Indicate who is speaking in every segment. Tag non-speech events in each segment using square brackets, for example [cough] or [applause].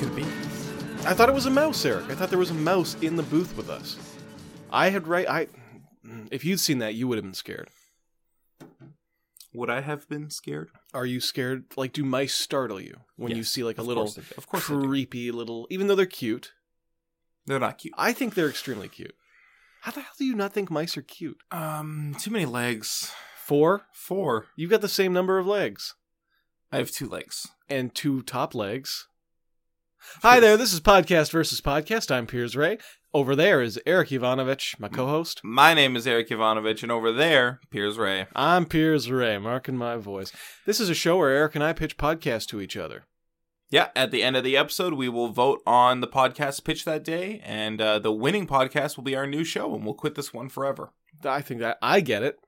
Speaker 1: could be.
Speaker 2: I thought it was a mouse, Eric. I thought there was a mouse in the booth with us. I had right. I if you'd seen that, you would have been scared.
Speaker 3: Would I have been scared?
Speaker 2: Are you scared? Like, do mice startle you when you
Speaker 3: Yes,
Speaker 2: see like a
Speaker 3: of
Speaker 2: little,
Speaker 3: course they do. Of course they do.
Speaker 2: creepy little? Even though they're cute,
Speaker 3: They're not cute.
Speaker 2: I think they're extremely cute. How the hell do you not think mice are cute?
Speaker 3: Um, too many legs.
Speaker 2: Four.
Speaker 3: Four.
Speaker 2: You've got the same number of legs
Speaker 3: I have two legs.
Speaker 2: and two top legs. Hi there. This is podcast versus podcast. I'm Piers Ray. Over there is Eric Ivanovich,
Speaker 3: Mm.
Speaker 2: my co-host.
Speaker 3: My name is Eric Ivanovich, and over there, Piers Ray.
Speaker 2: I'm Piers Ray, marking my voice. This is a show where Eric and I pitch podcasts to each other.
Speaker 3: Yeah, at the end of the episode, we will vote on the podcast pitch that day, and uh, the winning podcast will be our new show, and we'll quit this one forever.
Speaker 2: I think that I get it.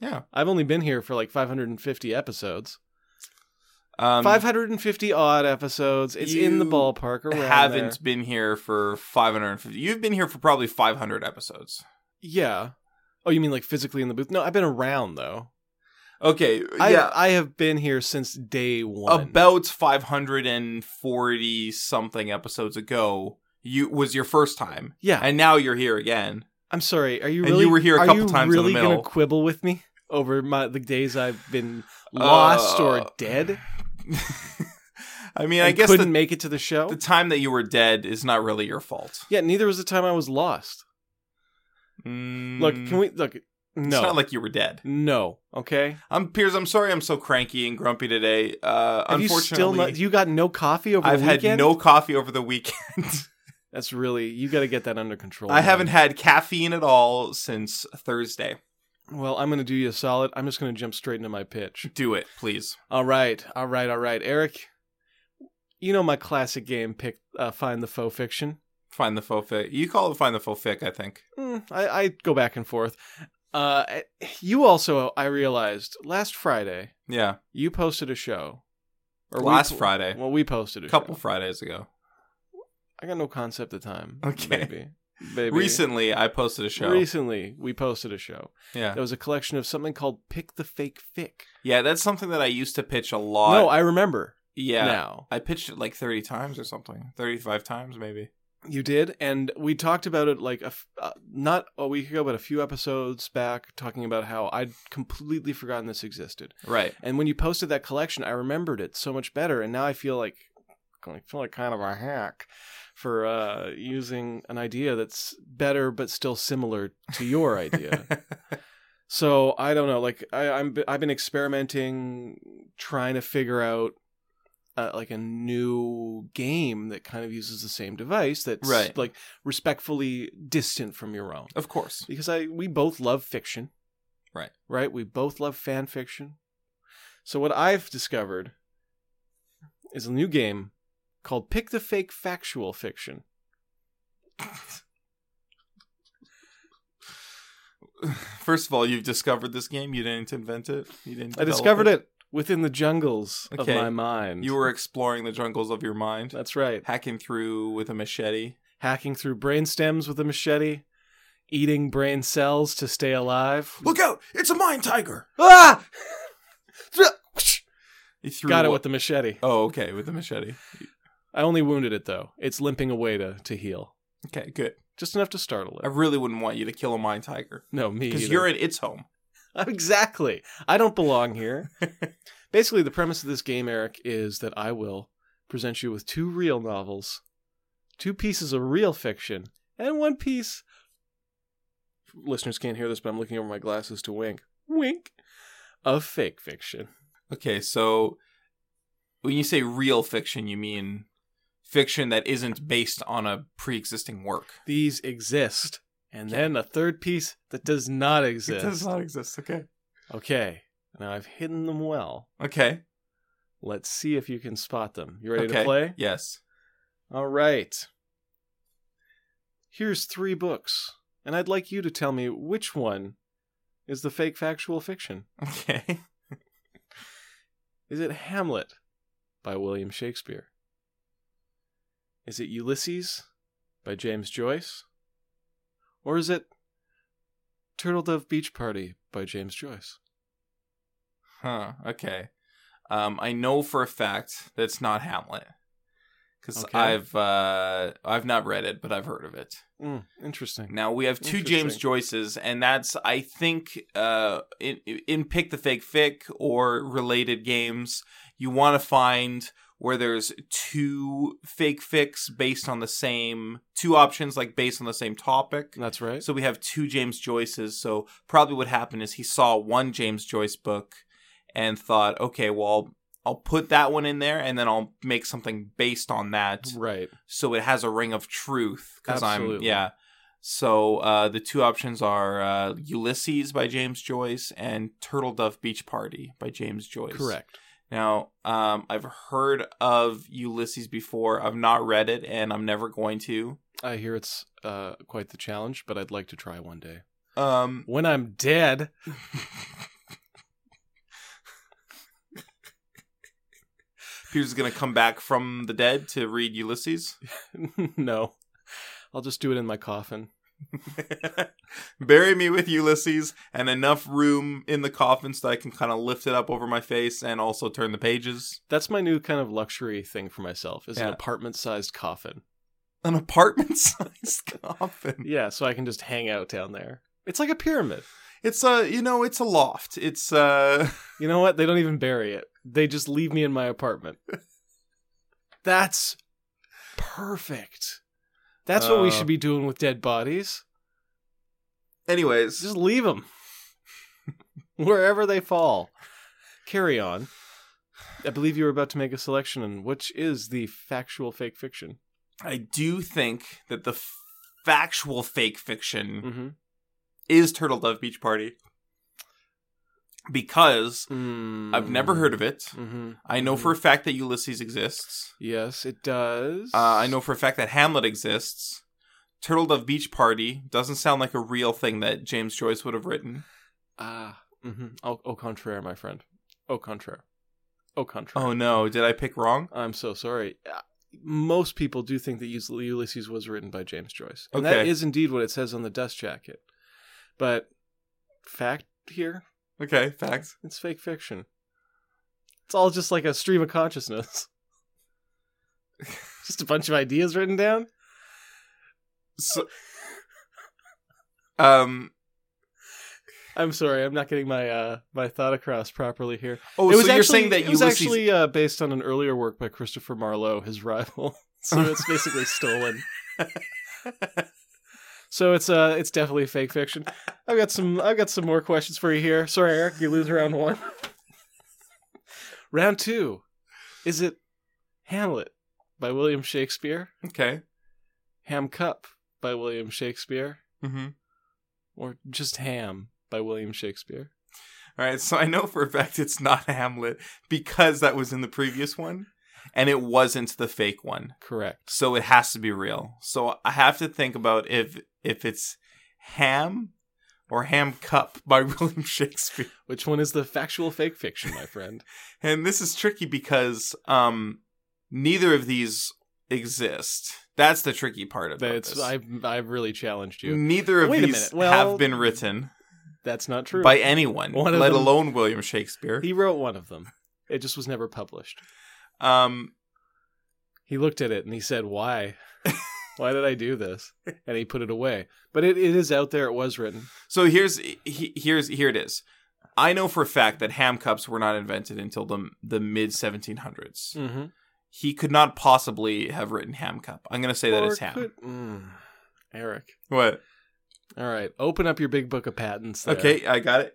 Speaker 3: Yeah.
Speaker 2: I've only been here for like 550 episodes.
Speaker 3: Um,
Speaker 2: 550 odd episodes. It's in the
Speaker 3: you
Speaker 2: ballpark around
Speaker 3: haven't
Speaker 2: there.
Speaker 3: been here for 550. You've been here for probably 500 episodes.
Speaker 2: Yeah. Oh, you mean like physically in the booth? No, I've been around though.
Speaker 3: Okay, yeah,
Speaker 2: I I have been here since day 1.
Speaker 3: about 540 something episodes ago, you was your first time,
Speaker 2: yeah.
Speaker 3: and now you're here again.
Speaker 2: I'm sorry. Are you
Speaker 3: And
Speaker 2: really
Speaker 3: you were here a
Speaker 2: are
Speaker 3: couple
Speaker 2: you
Speaker 3: times in the
Speaker 2: really
Speaker 3: middle.
Speaker 2: going to quibble with me over my the days I've been lost
Speaker 3: Uh,
Speaker 2: or dead?
Speaker 3: I mean, I
Speaker 2: and
Speaker 3: guess
Speaker 2: couldn't
Speaker 3: the,
Speaker 2: make it to the show.
Speaker 3: the time that you were dead is not really your fault.
Speaker 2: Yeah, neither was the time I was lost. Look, can we look?
Speaker 3: Mm, It's
Speaker 2: No,
Speaker 3: not like you were dead.
Speaker 2: no. Okay.
Speaker 3: I'm Piers. I'm sorry. I'm so cranky and grumpy today. Uh,
Speaker 2: Have you still
Speaker 3: unfortunately,
Speaker 2: not? You got no coffee over
Speaker 3: I've
Speaker 2: the
Speaker 3: had
Speaker 2: weekend.
Speaker 3: no coffee over the
Speaker 2: [laughs]
Speaker 3: weekend.
Speaker 2: That's really you got to get that under control.
Speaker 3: I haven't
Speaker 2: man.
Speaker 3: had caffeine at all since Thursday.
Speaker 2: Well, I'm gonna do you a solid. I'm just gonna jump straight into
Speaker 3: [laughs]
Speaker 2: my pitch.
Speaker 3: Do it, please.
Speaker 2: All right, all right, all right, Eric. You know my classic game pick. Uh, find the faux fiction.
Speaker 3: Find the faux fic. You call it find the faux fic. I think.
Speaker 2: Mm, I, I go back and forth. Uh, you also, I realized last Friday
Speaker 3: Yeah,
Speaker 2: you posted a show. Or we
Speaker 3: last
Speaker 2: po-
Speaker 3: Friday,
Speaker 2: Well, we posted a
Speaker 3: a couple
Speaker 2: show.
Speaker 3: Fridays ago.
Speaker 2: I got no concept of time.
Speaker 3: Okay.
Speaker 2: Baby. baby.
Speaker 3: Recently, I posted a show.
Speaker 2: Recently, we posted a show.
Speaker 3: yeah,
Speaker 2: That was a collection of something called Pick the Fake Fic.
Speaker 3: yeah. That's something that I used to pitch a lot.
Speaker 2: no, I remember
Speaker 3: yeah.
Speaker 2: now.
Speaker 3: I pitched it like 30 times or something. 35 times, maybe.
Speaker 2: You did, and we talked about it like a f- uh, not a week ago, but a few episodes back, talking about how I'd completely forgotten this existed.
Speaker 3: Right.
Speaker 2: And when you posted that collection, I remembered it so much better, and now I feel like I feel like kind of a hack for uh, using an idea that's better but still similar to your
Speaker 3: [laughs]
Speaker 2: idea. So I don't know. Like I, I'm, I've been experimenting, trying to figure out uh, like a new game that kind of uses the same device that's
Speaker 3: Right.
Speaker 2: like respectfully distant from your own.
Speaker 3: of course. [laughs]
Speaker 2: Because I, we both love fiction,
Speaker 3: Right.
Speaker 2: Right. We both love fan fiction. So what I've discovered is a new game called Pick the Fake Factual Fiction.
Speaker 3: First of all, you've discovered this game. You didn't invent it. You didn't.
Speaker 2: I
Speaker 3: develop
Speaker 2: discovered it within the jungles
Speaker 3: Okay.
Speaker 2: of my mind.
Speaker 3: You were exploring the jungles of your mind,
Speaker 2: That's right.
Speaker 3: hacking through with a machete.
Speaker 2: hacking through brain stems with a machete, eating brain cells to stay alive.
Speaker 3: out! It's a mind tiger.
Speaker 2: [laughs] ah!
Speaker 3: You threw
Speaker 2: Got it
Speaker 3: what-
Speaker 2: with the machete.
Speaker 3: Oh, okay, with the machete.
Speaker 2: I only wounded it though. It's limping away to, to heal,
Speaker 3: Okay, good.
Speaker 2: just enough to startle
Speaker 3: I
Speaker 2: it.
Speaker 3: really wouldn't want you to kill a mind tiger
Speaker 2: No, me.
Speaker 3: because
Speaker 2: Either.
Speaker 3: you're in its home.
Speaker 2: [laughs] exactly. I don't belong here. Basically, the premise of this game, Eric, is that I will present you with two real novels, two pieces of real fiction, and one piece. Listeners can't hear this, but I'm looking over my glasses to wink. Wink. Of fake fiction.
Speaker 3: Okay, so when you say real fiction, you mean fiction that isn't based on a pre-existing work.
Speaker 2: these exist and then a third piece that does not exist
Speaker 3: not exist. Okay.
Speaker 2: okay now i've hidden them well
Speaker 3: Okay.
Speaker 2: let's see if you can spot them you ready
Speaker 3: okay.
Speaker 2: to play
Speaker 3: Yes. [laughs]
Speaker 2: all right here's three books and i'd like you to tell me which one is the fake factual fiction
Speaker 3: Okay.
Speaker 2: is it hamlet by william shakespeare is it ulysses by james joyce or is it turtle dove beach party by james joyce
Speaker 3: Huh. Okay. Um, I know for a fact that's not Hamlet. because
Speaker 2: Okay.
Speaker 3: I've uh, I've not read it, but I've heard of it.
Speaker 2: Mm, interesting.
Speaker 3: Now we have two James
Speaker 2: Interesting.
Speaker 3: Joyces, and that's I think uh, in in Pick the Fake Fic or related games, you want to find where there's two fake fics based on the same two options, like based on the same topic.
Speaker 2: That's right.
Speaker 3: So we have two James Joyces. So probably what happened is he saw one James Joyce book and thought, okay, well, I'll put that one in there, and then I'll make something based on that
Speaker 2: right.
Speaker 3: so it has a ring of truth because I'm
Speaker 2: Absolutely.
Speaker 3: yeah. So uh, the two options are uh, Ulysses by James Joyce and Turtle Dove Beach Party by James Joyce.
Speaker 2: Correct.
Speaker 3: Now um, I've heard of Ulysses before. I've not read it, and I'm never going to.
Speaker 2: I hear it's uh, quite the challenge, but I'd like to try one day.
Speaker 3: Um,
Speaker 2: When I'm dead.
Speaker 3: Peter's gonna come back from the dead to read Ulysses. [laughs]
Speaker 2: [laughs] no. I'll just do it in my coffin.
Speaker 3: Bury me with Ulysses and enough room in the coffin so that I can kind of lift it up over my face and also turn the pages.
Speaker 2: That's my new kind of luxury thing for myself is an
Speaker 3: Yeah.
Speaker 2: apartment-sized coffin.
Speaker 3: an apartment [laughs] sized coffin.
Speaker 2: Yeah, so I can just hang out down there. It's like a pyramid.
Speaker 3: It's a you know, it's a loft. It's uh
Speaker 2: You know what? They don't even bury it. They just leave me in my apartment.
Speaker 3: [laughs]
Speaker 2: That's perfect. That's what we
Speaker 3: Uh.
Speaker 2: should be doing with dead bodies.
Speaker 3: anyways,
Speaker 2: Just leave them [laughs] wherever they fall. Carry on. I believe you were about to make a selection, and which is the factual fake fiction.
Speaker 3: I do think that the f- factual fake fiction
Speaker 2: Mm-hmm.
Speaker 3: is Turtle Dove Beach Party because I've never heard of it.
Speaker 2: Mm-hmm.
Speaker 3: I know for a fact that Ulysses exists.
Speaker 2: Yes, it does.
Speaker 3: Uh, I know for a fact that Hamlet exists. Turtle Dove Beach Party doesn't sound like a real thing that James Joyce would have written.
Speaker 2: Ah, mm-hmm. au, au contraire, my friend. Au contraire. Au contraire.
Speaker 3: Oh no, did I pick wrong?
Speaker 2: I'm so sorry. Uh, Most people do think that Uly- Ulysses was written by James Joyce, and that
Speaker 3: Okay.
Speaker 2: is indeed what it says on the dust jacket. But fact here,
Speaker 3: Okay, facts.
Speaker 2: it's fake fiction. It's all just like a stream of consciousness. [laughs] just a bunch of ideas written down.
Speaker 3: So, um,
Speaker 2: I'm sorry, I'm not getting my uh, my thought across properly here.
Speaker 3: Oh,
Speaker 2: it was
Speaker 3: so you're
Speaker 2: actually,
Speaker 3: saying that
Speaker 2: it was
Speaker 3: Ulysses?
Speaker 2: actually uh, based on an earlier work by Christopher Marlowe, his rival. [laughs] so it's
Speaker 3: [laughs]
Speaker 2: basically stolen. so it's uh, it's definitely fake fiction. I've got some I've got some more questions for you here. Sorry, Eric, you lose round one. [laughs] round two, is it Hamlet by William Shakespeare,
Speaker 3: okay.
Speaker 2: Ham Cup by William Shakespeare,
Speaker 3: Mm-hmm.
Speaker 2: or just Ham by William Shakespeare?
Speaker 3: All right. So I know for a fact it's not Hamlet because that was in the previous one, and it wasn't the fake one.
Speaker 2: Correct.
Speaker 3: So it has to be real. So I have to think about if if it's Ham or Ham Cup by [laughs] William Shakespeare.
Speaker 2: Which one is the factual fake fiction, my friend?
Speaker 3: And this is tricky because um, neither of these exist. That's the tricky part of
Speaker 2: That's
Speaker 3: this.
Speaker 2: I I really challenged you.
Speaker 3: neither of
Speaker 2: Wait a
Speaker 3: these
Speaker 2: minute, well-
Speaker 3: have been written
Speaker 2: That's not true.
Speaker 3: by anyone,
Speaker 2: One of
Speaker 3: let
Speaker 2: them-
Speaker 3: alone William Shakespeare.
Speaker 2: he wrote one of them. It just was never published.
Speaker 3: Um,
Speaker 2: He looked at it and he
Speaker 3: [laughs]
Speaker 2: said, "Why? Why did I do this?" And he put it away. But it, it is out there. It was written.
Speaker 3: So here's he, here's here it is. I know for a fact that ham cups were not invented until the the mid 1700s.
Speaker 2: Mm-hmm.
Speaker 3: He could not possibly have written ham cup. I'm gonna say that it's ham.
Speaker 2: mm, Eric.
Speaker 3: What?
Speaker 2: All right, open up your big book of patents. There.
Speaker 3: Okay, I got it.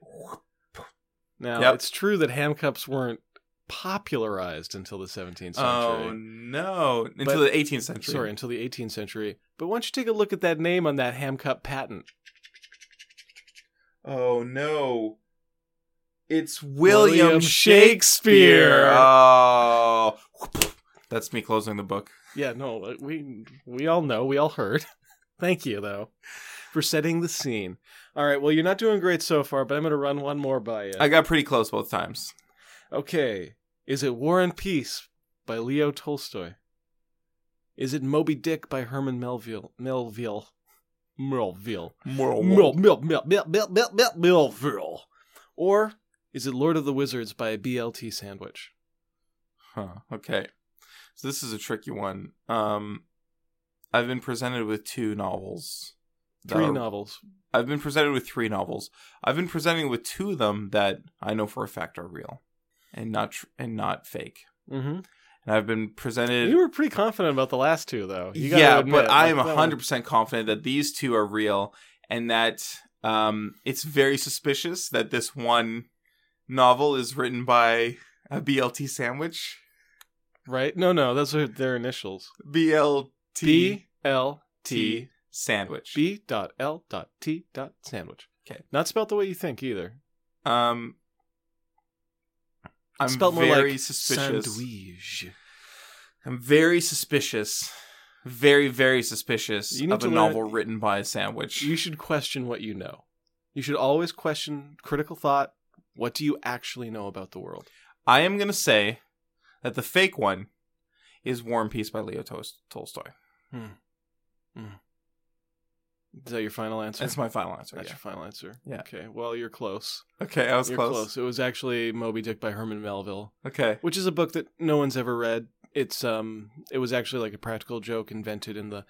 Speaker 2: Now
Speaker 3: Yep.
Speaker 2: it's true that ham cups weren't popularized until the 17th century.
Speaker 3: Oh no! Until
Speaker 2: But-
Speaker 3: the 18th century.
Speaker 2: Sorry, until the 18th century. But why don't you take a look at that name on that ham cup patent?
Speaker 3: Oh no! It's William,
Speaker 2: William
Speaker 3: Shakespeare.
Speaker 2: Shakespeare.
Speaker 3: Oh, that's me closing the book.
Speaker 2: Yeah, no, uh, we we all know, we all heard. [laughs] Thank you though for setting the scene. All right, well you're not doing great so far, but I'm going to run one more by you.
Speaker 3: I got pretty close both times.
Speaker 2: okay, is it War and Peace by Leo Tolstoy? Is it Moby Dick by Herman Melville? Melville. Melville.
Speaker 3: Oh.
Speaker 2: Mel, Mel, Mel, Mel, Mel, Mel, Mel, Melville. Or is it Lord of the Wizards by BLT Sandwich?
Speaker 3: Huh, okay. So this is a tricky one. Um, I've been presented with two novels. that
Speaker 2: Three
Speaker 3: are-
Speaker 2: novels.
Speaker 3: I've been presented with three novels. I've been presented with two of them that I know for a fact are real and not tr- and not fake.
Speaker 2: Mm-hmm.
Speaker 3: And I've been presented.
Speaker 2: You were pretty confident about the last two, though. You gotta
Speaker 3: yeah,
Speaker 2: admit,
Speaker 3: but I am
Speaker 2: like, that one-
Speaker 3: hundred percent confident that these two are real, and that um, it's very suspicious that this one novel is written by a BLT sandwich.
Speaker 2: Right? No, no, those are their initials.
Speaker 3: BLT
Speaker 2: B L
Speaker 3: T
Speaker 2: T
Speaker 3: sandwich.
Speaker 2: B dot L dot T dot sandwich.
Speaker 3: Okay.
Speaker 2: Not spelled the way you think either.
Speaker 3: um, I'm
Speaker 2: spelled more
Speaker 3: very
Speaker 2: like
Speaker 3: suspicious.
Speaker 2: Sandwich.
Speaker 3: I'm very suspicious. Very, very suspicious
Speaker 2: You need
Speaker 3: of a
Speaker 2: to learn-
Speaker 3: novel written by a sandwich.
Speaker 2: You should question what you know. You should always question critical thought. What do you actually know about the world?
Speaker 3: I am going to say that the fake one is War and Peace by Leo Tos- Tolstoy.
Speaker 2: Is that your final answer?
Speaker 3: That's my final answer.
Speaker 2: That's
Speaker 3: yeah.
Speaker 2: your final answer.
Speaker 3: Yeah.
Speaker 2: Okay. Well, you're close.
Speaker 3: Okay, I was
Speaker 2: you're
Speaker 3: close.
Speaker 2: It was actually Moby Dick by Herman Melville,
Speaker 3: Okay.
Speaker 2: which is a book that no one's ever read. It's um, it was actually like a practical joke invented in the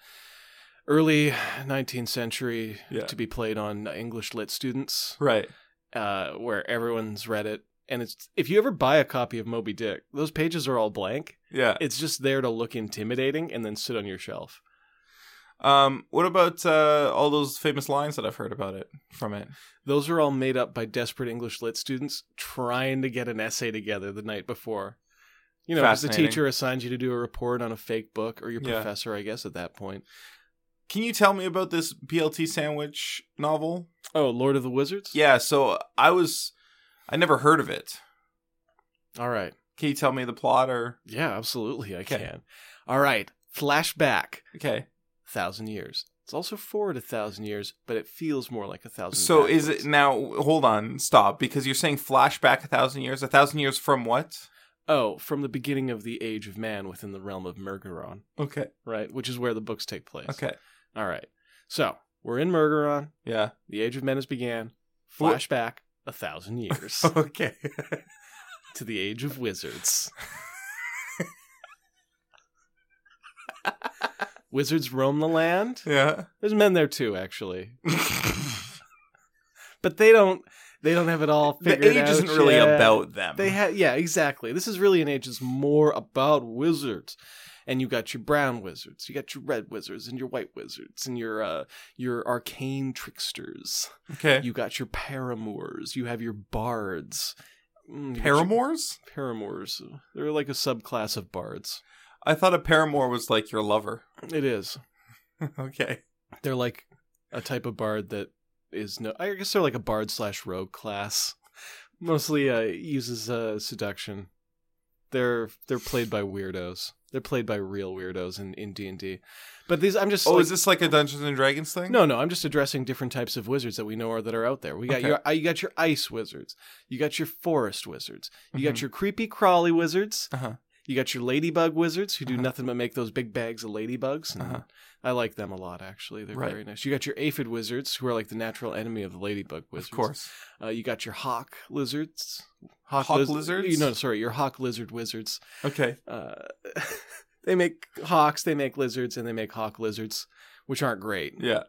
Speaker 2: early 19th century
Speaker 3: Yeah.
Speaker 2: to be played on English lit students.
Speaker 3: Right.
Speaker 2: uh, where everyone's read it. And it's if you ever buy a copy of Moby Dick, those pages are all blank.
Speaker 3: Yeah.
Speaker 2: It's just there to look intimidating and then sit on your shelf.
Speaker 3: Um what about uh all those famous lines that I've heard about it from it?
Speaker 2: Those are all made up by desperate English lit students trying to get an essay together the night before. You know, because the
Speaker 3: Fascinating.
Speaker 2: teacher assigns you to do a report on a fake book or your
Speaker 3: Yeah.
Speaker 2: professor, I guess, at that point.
Speaker 3: Can you tell me about this BLT sandwich novel?
Speaker 2: Oh, Lord of the Wizards?
Speaker 3: Yeah, so I was I never heard of it.
Speaker 2: All right.
Speaker 3: Can you tell me the plot or
Speaker 2: Yeah, absolutely. I
Speaker 3: Okay.
Speaker 2: can. All right. Flashback.
Speaker 3: Okay.
Speaker 2: Thousand years. It's also forward a thousand years, but it feels more like a thousand
Speaker 3: So is
Speaker 2: backwards.
Speaker 3: it now? Hold on, stop, because you're saying flashback a thousand years. A thousand years from what?
Speaker 2: Oh, from the beginning of the Age of Man within the realm of Murgeron,
Speaker 3: Okay,
Speaker 2: right? Which is where the books take place.
Speaker 3: okay,
Speaker 2: All right. So we're in Murgeron. [laughs]
Speaker 3: yeah,
Speaker 2: The Age of Men has began.
Speaker 3: What-
Speaker 2: Flashback a thousand years
Speaker 3: [laughs] okay.
Speaker 2: to the Age
Speaker 3: [laughs]
Speaker 2: of Wizards. Wizards roam the land. [laughs]
Speaker 3: yeah.
Speaker 2: There's men there too, actually, but they don't. They don't have it all figured
Speaker 3: the age
Speaker 2: out
Speaker 3: isn't really
Speaker 2: yet.
Speaker 3: about them.
Speaker 2: They had yeah, exactly. This is really an age that's more about wizards. And you got your brown wizards, you got your red wizards, and your white wizards, and your uh, your arcane tricksters.
Speaker 3: okay.
Speaker 2: You got your paramours. You have your bards. Mm, you got your-
Speaker 3: Paramours?
Speaker 2: paramours. They're like a subclass of bards.
Speaker 3: I thought a paramour was like your
Speaker 2: [laughs]
Speaker 3: lover.
Speaker 2: It is.
Speaker 3: okay.
Speaker 2: They're like a type of bard that is no. I guess they're like a bard slash rogue class. [laughs] Mostly uh, uses uh, seduction. They're they're played by weirdos. They're played by real weirdos in in D and D. But these, I'm just.
Speaker 3: Oh,
Speaker 2: like-
Speaker 3: is this like a Dungeons and Dragons thing?
Speaker 2: no, no. I'm just addressing different types of wizards that we know are that are out there. We got
Speaker 3: Okay.
Speaker 2: your uh, you got your ice wizards. You got your forest wizards. You
Speaker 3: Mhm.
Speaker 2: got your creepy crawly wizards.
Speaker 3: Uh-huh.
Speaker 2: You got your ladybug wizards who do
Speaker 3: Uh-huh.
Speaker 2: nothing but make those big bags of ladybugs. And
Speaker 3: Uh-huh.
Speaker 2: I like them a lot, actually. They're
Speaker 3: Right.
Speaker 2: very nice. You got your aphid wizards who are like the natural enemy of the ladybug wizards.
Speaker 3: Of course.
Speaker 2: Uh, you got your hawk lizards.
Speaker 3: Hawk
Speaker 2: liz-
Speaker 3: lizards?
Speaker 2: You know, sorry, your hawk lizard wizards.
Speaker 3: Okay.
Speaker 2: Uh, [laughs] they make hawks, they make lizards, and they make hawk lizards, which aren't great.
Speaker 3: Yeah.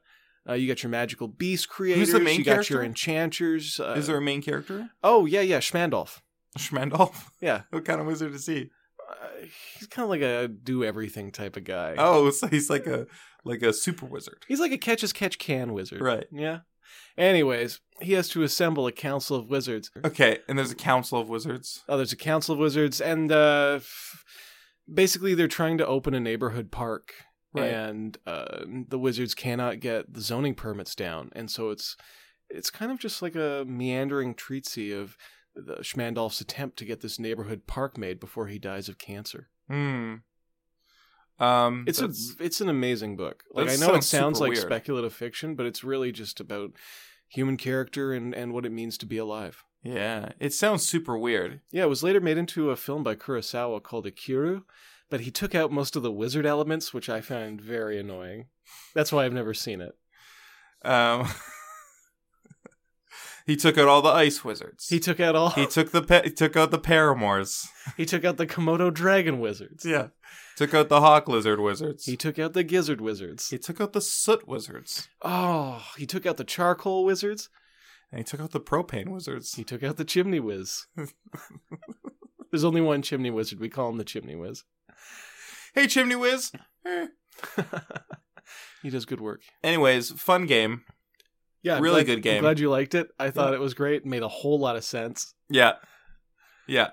Speaker 2: Uh, you got your magical beast creators.
Speaker 3: main
Speaker 2: you got
Speaker 3: character?
Speaker 2: your enchanters. Uh,
Speaker 3: is there a main character?
Speaker 2: Oh yeah, yeah, Schmandolf.
Speaker 3: Schmandolf.
Speaker 2: Yeah.
Speaker 3: [laughs] what kind of wizard is he?
Speaker 2: Uh, he's kind of like a do everything type of guy.
Speaker 3: [laughs] Oh, so he's like a like a super wizard.
Speaker 2: he's like a catch as catch can wizard.
Speaker 3: Right.
Speaker 2: Yeah. Anyways, he has to assemble a council of wizards.
Speaker 3: Okay, and there's a council of wizards.
Speaker 2: Oh, there's a council of wizards, and uh, f- basically they're trying to open a neighborhood park,
Speaker 3: Right.
Speaker 2: and uh, the wizards cannot get the zoning permits down, and so it's it's kind of just like a meandering treatise of the Schmandolf's attempt to get this neighborhood park made before he dies of cancer.
Speaker 3: Hmm. Um,
Speaker 2: It's
Speaker 3: that's-
Speaker 2: a it's an amazing book. Like
Speaker 3: that
Speaker 2: I know it
Speaker 3: sounds
Speaker 2: sounds
Speaker 3: super
Speaker 2: like
Speaker 3: weird.
Speaker 2: speculative fiction, but it's really just about human character and and what it means to be alive.
Speaker 3: yeah. It sounds super weird.
Speaker 2: Yeah, it was later made into a film by Kurosawa called Akira, but he took out most of the wizard elements, which I find very annoying. That's why I've never seen it.
Speaker 3: Um, [laughs] He took out all the ice wizards.
Speaker 2: He took out all.
Speaker 3: He took the pa- he took out the paramours.
Speaker 2: [laughs] He took out the Komodo dragon wizards.
Speaker 3: Yeah. Took out the hawk lizard wizards.
Speaker 2: He
Speaker 3: He,
Speaker 2: took out the gizzard wizards.
Speaker 3: took out the soot wizards.
Speaker 2: Oh, he took out the charcoal wizards.
Speaker 3: And he took out the propane wizards.
Speaker 2: He took out the chimney whiz.
Speaker 3: [laughs]
Speaker 2: There's only one chimney wizard. We call him the chimney whiz.
Speaker 3: Hey, chimney whiz.
Speaker 2: he does good work.
Speaker 3: Anyways, fun game.
Speaker 2: Yeah, I'm
Speaker 3: Really
Speaker 2: glad-
Speaker 3: good game.
Speaker 2: I'm glad you liked it. I thought
Speaker 3: Yeah.
Speaker 2: it was great. Made a whole lot of sense.
Speaker 3: Yeah. Yeah.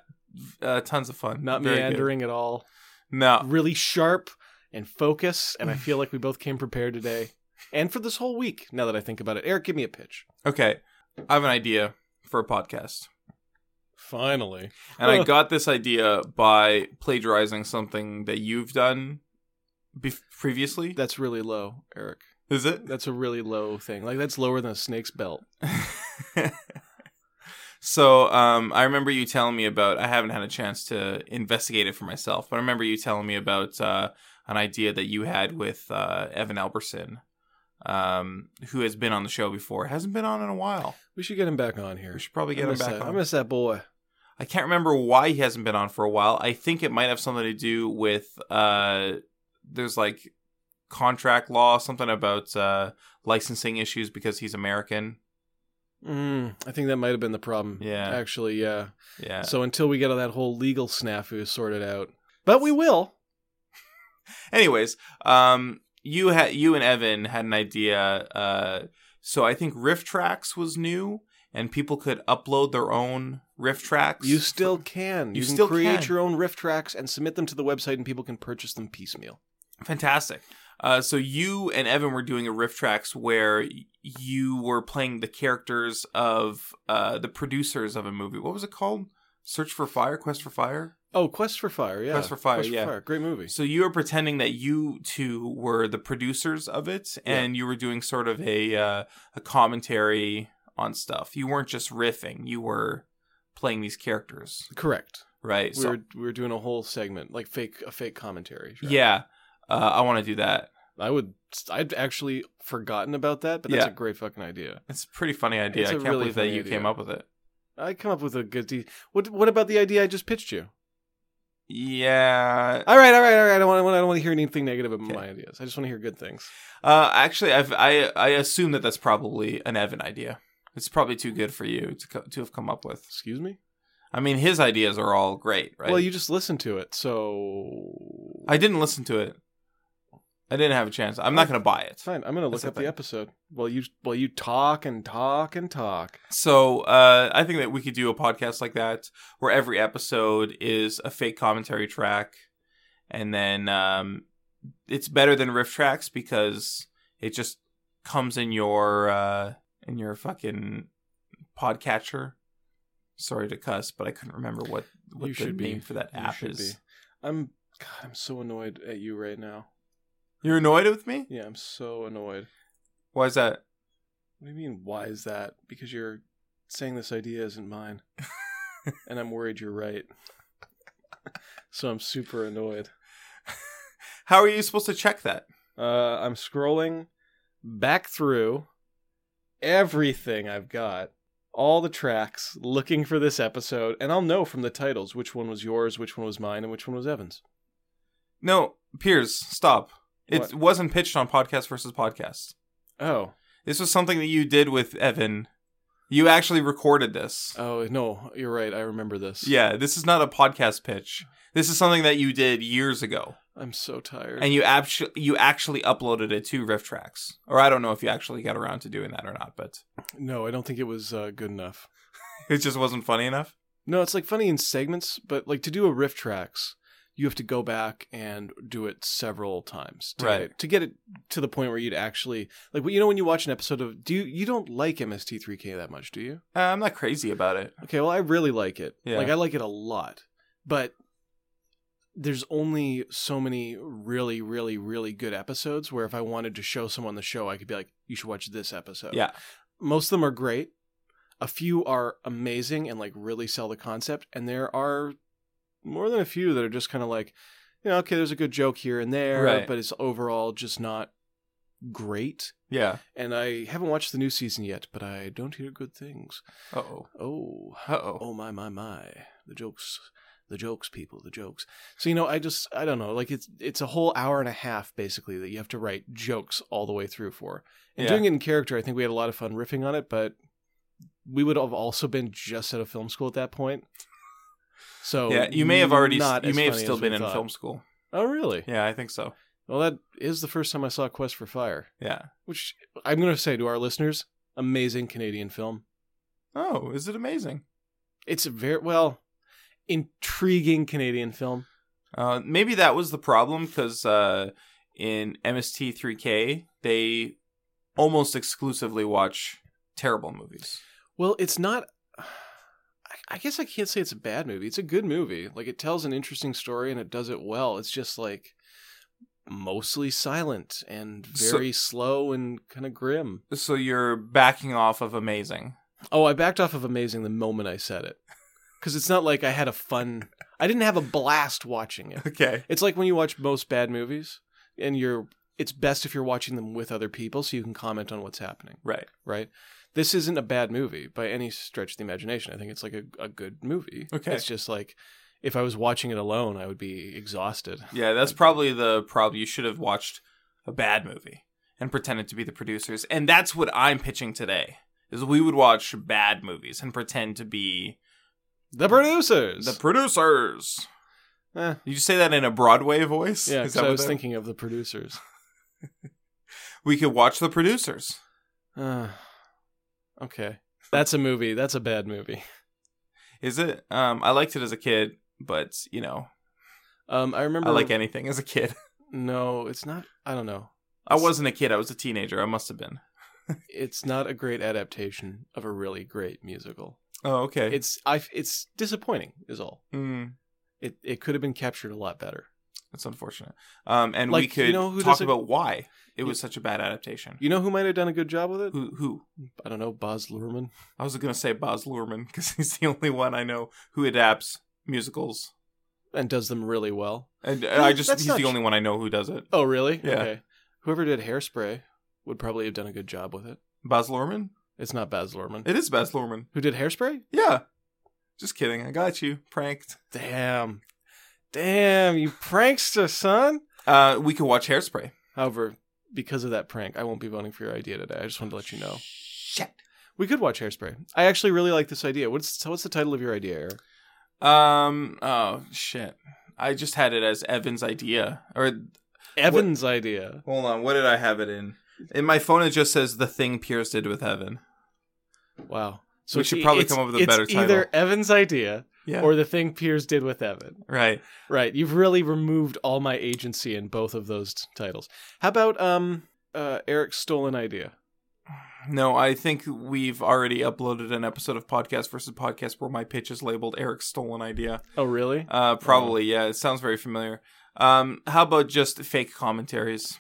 Speaker 3: Uh, tons of fun.
Speaker 2: Not
Speaker 3: Very good. Uh,
Speaker 2: meandering at all.
Speaker 3: No.
Speaker 2: Really sharp and focused.
Speaker 3: [laughs]
Speaker 2: And I feel like we both came prepared today, and for this whole week. Now that I think about it, Eric, give me a pitch.
Speaker 3: Okay. I have an idea for a podcast.
Speaker 2: Finally,
Speaker 3: And I got this idea by plagiarizing something that you've done bef previously.
Speaker 2: that's really low, Eric.
Speaker 3: Is it? [laughs]
Speaker 2: That's a really low thing. Like that's lower than a snake's belt.
Speaker 3: so um, I remember you telling me about. I haven't had a chance to investigate it for myself, but I remember you telling me about uh, an idea that you had with uh, Evan Alberson, um, who has been on the show before. Hasn't been on in a while.
Speaker 2: We should get him back on here.
Speaker 3: We should probably get
Speaker 2: I
Speaker 3: him
Speaker 2: miss
Speaker 3: back
Speaker 2: that. I
Speaker 3: on.
Speaker 2: miss that boy.
Speaker 3: I can't remember why he hasn't been on for a while. I think it might have something to do with uh, there's like contract law, something about uh, licensing issues because he's American.
Speaker 2: Mm, I think that might have been the problem.
Speaker 3: Yeah.
Speaker 2: Actually, yeah.
Speaker 3: Yeah.
Speaker 2: So until we get all that whole legal snafu sorted out, but we will.
Speaker 3: Anyways, um, you had you and Evan had an idea. Uh, so I think riff tracks was new, and people could upload their own riff tracks.
Speaker 2: You still can.
Speaker 3: You
Speaker 2: You, can
Speaker 3: still
Speaker 2: create
Speaker 3: can.
Speaker 2: your own riff tracks and submit them to the website, and people can purchase them piecemeal.
Speaker 3: fantastic. Uh, so you and Evan were doing a riff tracks where y- you were playing the characters of uh, the producers of a movie. What was it called? Search for Fire, Quest for Fire.
Speaker 2: Oh, Quest for Fire. Yeah.
Speaker 3: Quest for Fire, yeah.
Speaker 2: Great movie.
Speaker 3: So you were pretending that you two were the producers of it, and you were doing sort of a uh, a commentary on stuff. You weren't just riffing; you were playing these characters,
Speaker 2: Correct.
Speaker 3: right?
Speaker 2: We
Speaker 3: so
Speaker 2: were we were doing a whole segment like fake a fake commentary. sure.
Speaker 3: yeah, uh, I want to do that.
Speaker 2: I would. I'd actually forgotten about that, but that's
Speaker 3: Yeah.
Speaker 2: a great fucking idea.
Speaker 3: It's a pretty funny idea.
Speaker 2: It's
Speaker 3: I
Speaker 2: a
Speaker 3: can't
Speaker 2: really
Speaker 3: believe that
Speaker 2: funny
Speaker 3: you came
Speaker 2: idea.
Speaker 3: up with it.
Speaker 2: I come up with a good. De- what What about the idea I just pitched you?
Speaker 3: Yeah.
Speaker 2: All right, all right, all right. I don't want. I don't want to hear anything negative about
Speaker 3: Okay.
Speaker 2: my ideas. I just want to hear good things.
Speaker 3: Uh, actually, I've, I I assume that that's probably an Evan idea. It's probably too good for you to co- to have come up with.
Speaker 2: Excuse me.
Speaker 3: I mean, his ideas are all great, right?
Speaker 2: Well, you just listened to it, so
Speaker 3: I didn't listen to it. I didn't have a chance. I'm not going to buy it.
Speaker 2: fine. I'm gonna look
Speaker 3: That's
Speaker 2: up
Speaker 3: okay.
Speaker 2: the episode while you while you talk and talk and talk.
Speaker 3: So uh, I think that we could do a podcast like that, where every episode is a fake commentary track, and then um, it's better than riff tracks because it just comes in your uh, in your fucking podcatcher. Sorry to cuss, but I couldn't remember what what
Speaker 2: You
Speaker 3: the
Speaker 2: should be.
Speaker 3: name for that
Speaker 2: You
Speaker 3: app
Speaker 2: should
Speaker 3: is.
Speaker 2: be. I'm God. I'm so annoyed at you right now.
Speaker 3: You're annoyed with me?
Speaker 2: Yeah, I'm so annoyed.
Speaker 3: Why is that?
Speaker 2: What do you mean? Why is that? Because you're saying this idea isn't mine, and I'm worried you're right. so I'm super annoyed.
Speaker 3: How are you supposed to check that?
Speaker 2: Uh, I'm scrolling back through everything I've got, all the tracks, looking for this episode, and I'll know from the titles which one was yours, which one was mine, and which one was Evan's.
Speaker 3: No, Piers, stop. It
Speaker 2: What?
Speaker 3: wasn't pitched on podcast versus podcast.
Speaker 2: Oh,
Speaker 3: This was something that you did with Evan. You actually recorded this.
Speaker 2: oh no, you're right. I remember this.
Speaker 3: Yeah, this is not a podcast pitch. This is something that you did years ago,
Speaker 2: I'm so tired.
Speaker 3: and you actu- you actually uploaded it to Riff Tracks. Or I don't know if you actually got around to doing that or not, but [laughs]
Speaker 2: no, I don't think it was uh, good enough.
Speaker 3: it just wasn't funny enough.
Speaker 2: No, it's like funny in segments, but like to do a riff tracks, you have to go back and do it several times to
Speaker 3: Right.
Speaker 2: get it, to get it to the point where you'd actually like. You know, when you watch an episode of do you you don't like MST3K that much, do you?
Speaker 3: Uh, I'm not crazy about it.
Speaker 2: Okay, well, I really like it.
Speaker 3: Yeah.
Speaker 2: Like I like it a lot, but there's only so many really, really, really good episodes where if I wanted to show someone the show, I could be like, "You should watch this episode."
Speaker 3: Yeah.
Speaker 2: most of them are great. A few are amazing and like really sell the concept, and there are more than a few that are just kind of like, you know, okay, there's a good joke here and there,
Speaker 3: Right.
Speaker 2: but it's overall just not great.
Speaker 3: Yeah.
Speaker 2: and I haven't watched the new season yet, but I don't hear good things.
Speaker 3: Uh oh.
Speaker 2: Oh,
Speaker 3: Uh oh.
Speaker 2: oh my my my, the jokes, the jokes, people, the jokes. So you know, I just I don't know, like it's it's a whole hour and a half basically that you have to write jokes all the way through for. And
Speaker 3: Yeah.
Speaker 2: doing it in character, I think we had a lot of fun riffing on it, but we would have also been just out of film school at that point. So
Speaker 3: yeah, you may have already.
Speaker 2: Oh, not
Speaker 3: you
Speaker 2: as
Speaker 3: may have
Speaker 2: funny
Speaker 3: still
Speaker 2: as we
Speaker 3: been in
Speaker 2: thought.
Speaker 3: film school.
Speaker 2: Oh really?
Speaker 3: Yeah, I think so.
Speaker 2: Well, that is the first time I saw Quest for Fire,
Speaker 3: Yeah.
Speaker 2: which I'm going to say to our listeners, amazing Canadian film.
Speaker 3: Oh, is it amazing?
Speaker 2: It's a very well intriguing Canadian film.
Speaker 3: Uh, maybe that was the problem because uh, in MST3K they almost exclusively watch terrible movies.
Speaker 2: Well, it's not. [sighs] I- I guess I can't say it's a bad movie. It's a good movie. Like it tells an interesting story and it does it well. It's just like mostly silent and
Speaker 3: So-
Speaker 2: very slow and kind of grim.
Speaker 3: So you're backing off of
Speaker 2: [laughs]
Speaker 3: amazing.
Speaker 2: Oh, I backed off of amazing the moment I said it because it's not like I had a fun. I didn't have a blast watching it.
Speaker 3: Okay.
Speaker 2: It's like when you watch most bad movies and you're it's best if you're watching them with other people so you can comment on what's happening,
Speaker 3: Right.
Speaker 2: right? This isn't a bad movie by any stretch of the imagination. I think it's like a, a good movie.
Speaker 3: Okay.
Speaker 2: It's just like if I was watching it alone, I would be exhausted.
Speaker 3: Yeah, that's probably the problem. You should have watched a bad movie and pretended to be the producers. And that's what I'm pitching today. Is we would watch bad movies and pretend to be
Speaker 2: The producers.
Speaker 3: the producers.
Speaker 2: Eh,
Speaker 3: Did you say that in a Broadway voice?
Speaker 2: yeah,
Speaker 3: Is
Speaker 2: 'cause
Speaker 3: that
Speaker 2: I
Speaker 3: what
Speaker 2: was
Speaker 3: that-
Speaker 2: thinking of
Speaker 3: [sighs]
Speaker 2: the producers.
Speaker 3: we could watch the producers.
Speaker 2: Uh, okay. That's a movie. That's a bad movie.
Speaker 3: Is it? Um, I liked it as a kid, but you know,
Speaker 2: Um, I remember.
Speaker 3: I like anything as a kid. [laughs]
Speaker 2: No, it's not. I don't know.
Speaker 3: I wasn't a kid; I was a teenager. I must have been.
Speaker 2: It's not a great adaptation of a really great musical.
Speaker 3: Oh, okay.
Speaker 2: it's I it's disappointing is all.
Speaker 3: mm,
Speaker 2: It it could have been captured a lot better.
Speaker 3: that's unfortunate. Um, and we
Speaker 2: Like, you
Speaker 3: could
Speaker 2: know who
Speaker 3: talk
Speaker 2: does a-
Speaker 3: about why it was such a bad adaptation.
Speaker 2: You know who might have done a good job with it?
Speaker 3: Who? Who?
Speaker 2: I don't know, Boz Luhrmann.
Speaker 3: I was gonna say Boz Luhrmann because [laughs] he's the only one I know who adapts musicals,
Speaker 2: and does them really well.
Speaker 3: and uh,
Speaker 2: No,
Speaker 3: I just
Speaker 2: that's
Speaker 3: he's
Speaker 2: not
Speaker 3: the
Speaker 2: tr-
Speaker 3: only one I know who does it.
Speaker 2: Oh, really?
Speaker 3: Yeah.
Speaker 2: Okay. Whoever did Hairspray would probably have done a good job with it.
Speaker 3: Boz Luhrmann?
Speaker 2: It's not Baz Luhrmann.
Speaker 3: It is Boz Luhrmann.
Speaker 2: Who did Hairspray?
Speaker 3: Yeah. Just kidding. I got you pranked.
Speaker 2: Damn. Damn, you prankster, son.
Speaker 3: Uh, we could watch Hairspray.
Speaker 2: However, because of that prank, I won't be voting for your idea today. I just wanted to let you know.
Speaker 3: Shit.
Speaker 2: We could watch Hairspray. I actually really like this idea. What's so what's the title of your idea, Eric?
Speaker 3: Um. Oh shit. I just had it as Evan's idea. Or
Speaker 2: Evan's idea.
Speaker 3: hold on, what did I have it in? In my phone, it just says the thing Pierce did with Evan.
Speaker 2: Wow.
Speaker 3: We should probably
Speaker 2: it's-
Speaker 3: come up with a
Speaker 2: it's
Speaker 3: better title.
Speaker 2: either Evan's idea
Speaker 3: Yeah.
Speaker 2: or the thing Piers did with Evan.
Speaker 3: right.
Speaker 2: Right. You've really removed all my agency in both of those t- titles. How about um uh, Eric's stolen idea?
Speaker 3: No, I think we've already uploaded an episode of Podcast versus Podcast where my pitch is labeled Eric's stolen idea.
Speaker 2: Oh really?
Speaker 3: Uh, probably. Yeah. It sounds very familiar. Um, how about just fake commentaries?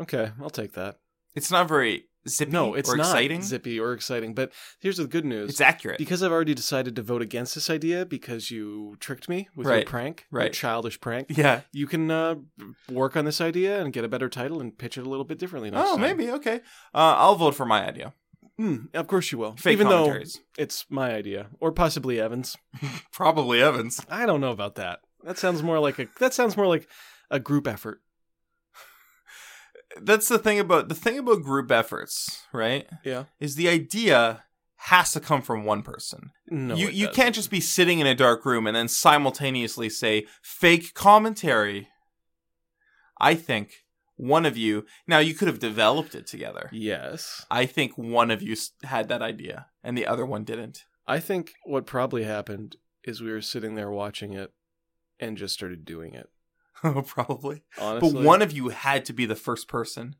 Speaker 2: Okay, I'll take that.
Speaker 3: It's not very zippy.
Speaker 2: No, it's
Speaker 3: or
Speaker 2: not
Speaker 3: exciting.
Speaker 2: zippy or exciting. But here's the good news:
Speaker 3: It's accurate.
Speaker 2: because I've already decided to vote against this idea because you tricked me with your
Speaker 3: Right.
Speaker 2: prank, your
Speaker 3: Right.
Speaker 2: childish prank.
Speaker 3: yeah.
Speaker 2: You can uh, work on this idea and get a better title and pitch it a little bit differently. Next
Speaker 3: Oh,
Speaker 2: time.
Speaker 3: maybe. Okay. Uh, I'll vote for my idea.
Speaker 2: Mm, of course you will.
Speaker 3: Fake
Speaker 2: Even though
Speaker 3: commentaries.
Speaker 2: It's my idea, or possibly Evans.
Speaker 3: Probably Evans.
Speaker 2: I don't know about that. That sounds more like a that sounds more like a group effort.
Speaker 3: That's the thing about the thing about group efforts, right?
Speaker 2: Yeah.
Speaker 3: Is the idea has to come from one person.
Speaker 2: No,
Speaker 3: you
Speaker 2: it
Speaker 3: you
Speaker 2: doesn't.
Speaker 3: can't just be sitting in a dark room and then simultaneously say fake commentary. I think one of you. Now you could have developed it together.
Speaker 2: Yes,
Speaker 3: I think one of you s- had that idea and the other one didn't. [laughs]
Speaker 2: I think what probably happened is we were sitting there watching it and just started doing it.
Speaker 3: Oh, Probably.
Speaker 2: Honestly,
Speaker 3: But one of you had to be the first person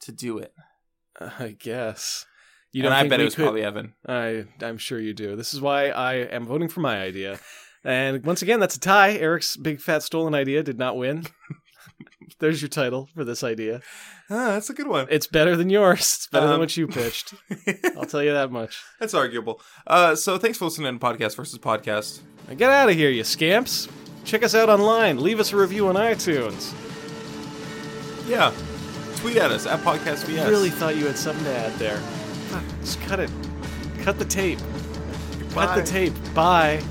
Speaker 3: to do it.
Speaker 2: [laughs] I guess you
Speaker 3: You
Speaker 2: don't.
Speaker 3: and I
Speaker 2: think
Speaker 3: bet
Speaker 2: we
Speaker 3: it was
Speaker 2: could-
Speaker 3: probably Evan.
Speaker 2: I I'm sure you do. This is why I am voting for my idea. And once again, that's a tie. Eric's big fat stolen idea did not win. [laughs] There's your title for this idea.
Speaker 3: Ah, that's a good [laughs] one.
Speaker 2: It's better than yours. It's better than
Speaker 3: Um,
Speaker 2: what you pitched. I'll tell you that much.
Speaker 3: That's arguable. Uh, so thanks for listening to Podcast versus Podcast.
Speaker 2: Now Get out of here, you scamps. Check us out online. Leave us a review on iTunes.
Speaker 3: Yeah. Tweet at us at Podcast
Speaker 2: I
Speaker 3: VS.
Speaker 2: really thought you had something to add there. Fuck, Just cut it. Cut the tape. Cut
Speaker 3: Bye.
Speaker 2: the tape. Bye.